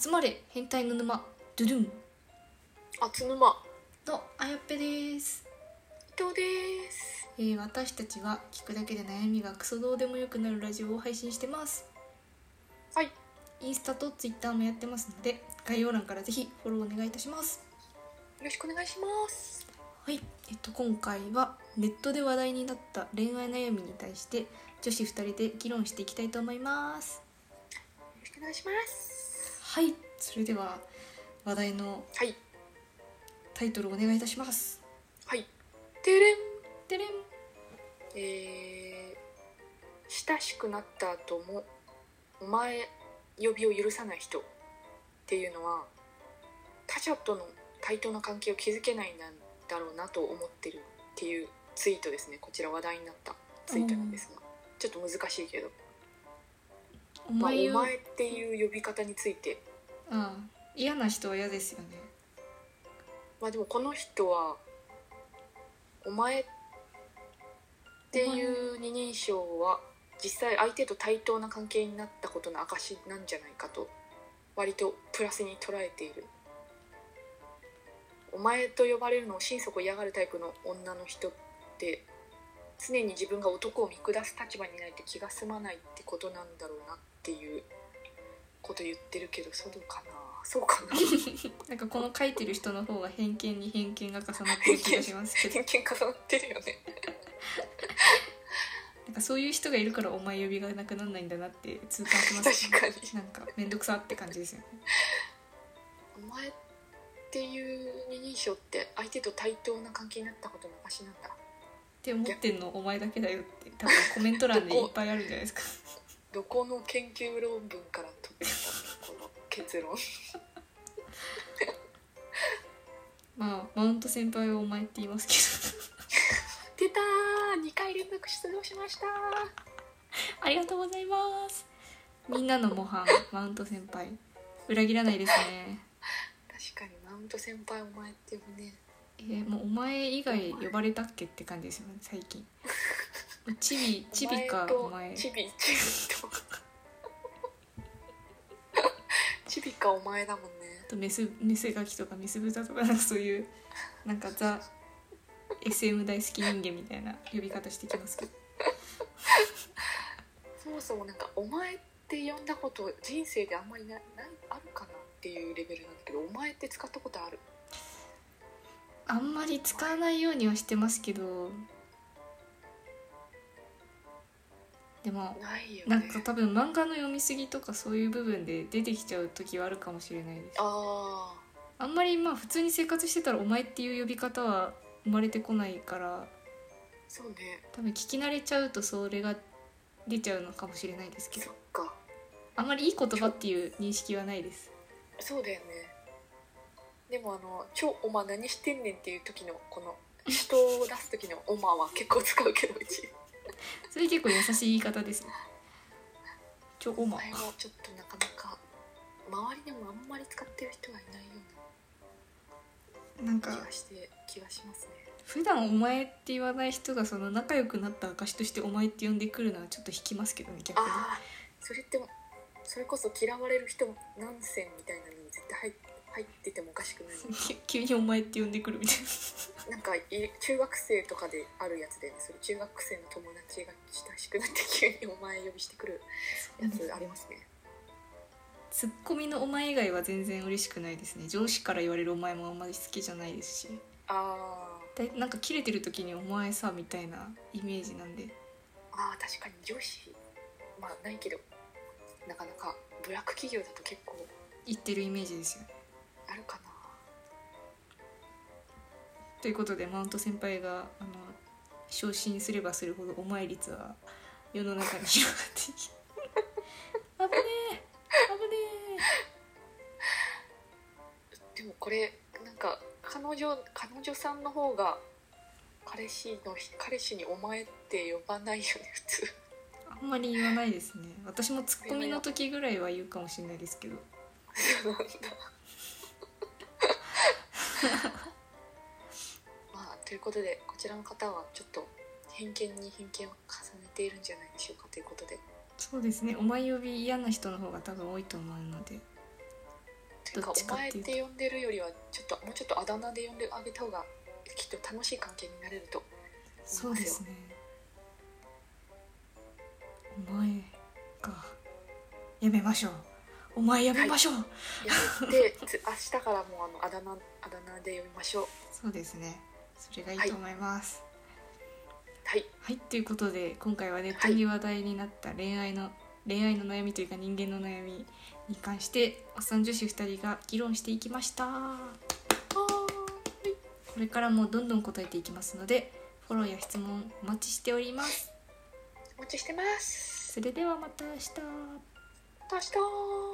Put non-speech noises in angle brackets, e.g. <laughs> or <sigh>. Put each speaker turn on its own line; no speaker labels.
集まれ変態の沼ドゥドゥン
あつぬま
のあやっぺです、
伊藤です
えー私たちは聞くだけで悩みがクソどうでもよくなるラジオを配信してます
はい
インスタとツイッターもやってますので概要欄からぜひフォローお願いいたします
よろしくお願いします
はい、えっと、今回はネットで話題になった恋愛悩みに対して女子2人で議論していきたいと思います
よろしくお願いします
はいそれでは話題の
はい
タイトルお願いいたします
はいてれん
てれん
えー、親しくなった後もお前呼びを許さない人っていうのは他者との対等な関係を築けないんだろうなと思ってるっていうツイートですねこちら話題になったツイートなんですが、ちょっと難しいけど、
お
まあ、
前
お
を、
前っていう呼び方について
ああ嫌な人は嫌ですよね
まあでもこの人は「お前」っていう二人称は実際相手と対等な関係になったことの証なんじゃないかと割とプラスに捉えている「お前」と呼ばれるのを心底嫌がるタイプの女の人って常に自分が男を見下す立場にないと気が済まないってことなんだろうなっていうこと言ってるけどそうかなそうかな
なんかこの書いてる人の方が偏見に偏見が重なってる気がし
<laughs>
ますけど
偏見重なってるよね
なんかそういう人がいるからお前呼びがなくならないんだなって痛感します
確かに
なんか面倒くさって感じですよね
お前っていう二人称って相手と対等な関係になったことの証なんだ
って思ってんのお前だけだよって多分コメント欄でいっぱいあるんじゃない
<laughs>
ですか
どこの研究論文から取ってきたのこの結論
まあマウント先輩はお前って言いますけ
出たー2回連続出場しました
どありがとうございますみんなの模範マウント先輩裏切らないですね
確かにマウント先輩お前って呼ぶね
えーもうお前以外呼ばれたっけって感じですよね最
<laughs>
近もうチビチビかお
お
前
前とチビチビとチビかお前だもんね
あとメスメスガキとかメス豚とかなんかそういうなんかザ SM 大好き人間みたいな呼び方してきますけど
そもそもなんか「お前」って呼んだこと人生であんまりなないあるかなっていうレベルなんだけど「お前」って使ったことある
あんまり使わないようにはしてますけどでも
ないよ
な
ね
んか多分漫画の読みすぎとかそういう部分で出てきちゃう時はあるかもしれないです
あ
あんまりまあ普通に生活してたら「お前」っていう呼び方は生まれてこないから
あそうね
多分聞き慣れちゃうとそれが出ちゃうのかもしれないですけ
そ
ど
っか
あんまりいい言葉っていう認識はないです
そうだよねでもあの「超お前何してんねん」っていう時のこの人を出す時の「お前」は結構使うけどうち
それ結構優しい言い方ですねちょお
お
ま
前はちょっとなかなか周りでもあんまり使ってる人はいないよ
なん
うな
か
気がして気がしますね
普段お前って言わない人がその仲良くなった証としてお前って呼んでくるのはちょっと引きますけどね逆に
ああそれってそれこそ嫌われる人何千みたいなのに絶対入っ入っててもおかしくない
<laughs> き急にお前って呼んでくるみたい
なんかい中学生とかであるやつで、それ中学生の友達が親しくなって急にお前呼びしてくるやつ
な
ありますね
ツッコミのお前以外は全然嬉しくないですね上司から言われるお前もあんまり好きじゃないですし
あー
だいなんか切れてる時に「お前さ」みたいなイメージなんで
あー確かに上司まあないけどなかなかブラック企業だと結構
言ってるイメージですよ
あるかな
ということでマウント先輩があの昇進すればするほどお前率は世の中に広がっていき危ねえ危ねえ
でもこれなんか彼女彼女さんの方が彼氏の彼氏に「お前」って呼ばないよね普通
あんまり言わないですね私もツッコミの時ぐらいは言うかもしれないですけど
そうなんだまあということでこちらの方はちょっと偏見に偏見を重ねているんじゃないでしょうかということで
そうですねお前呼び嫌な人の方が多分多いと思うので
ていうか
どっち
お
かっ
前って
いうと
て呼んでるよりはちょっともうちょっとあだ名で呼んであげた方がきっと楽しい関係になれると
そうですねお前かやめましょうお前やめましょう、
やってつ明日からもうあのあだ名あだ名で呼びましょう
そうですねそれがいいと思います
はい
はい、ということで今回はネットに話題になった恋愛の、恋愛の悩みというか人間の悩みに関しておっさん女子2人が議論していきましたこれからもどんどん答えていきますのでフォローや質問お待ちしております
お待ちしてます
それではまた明日
また明日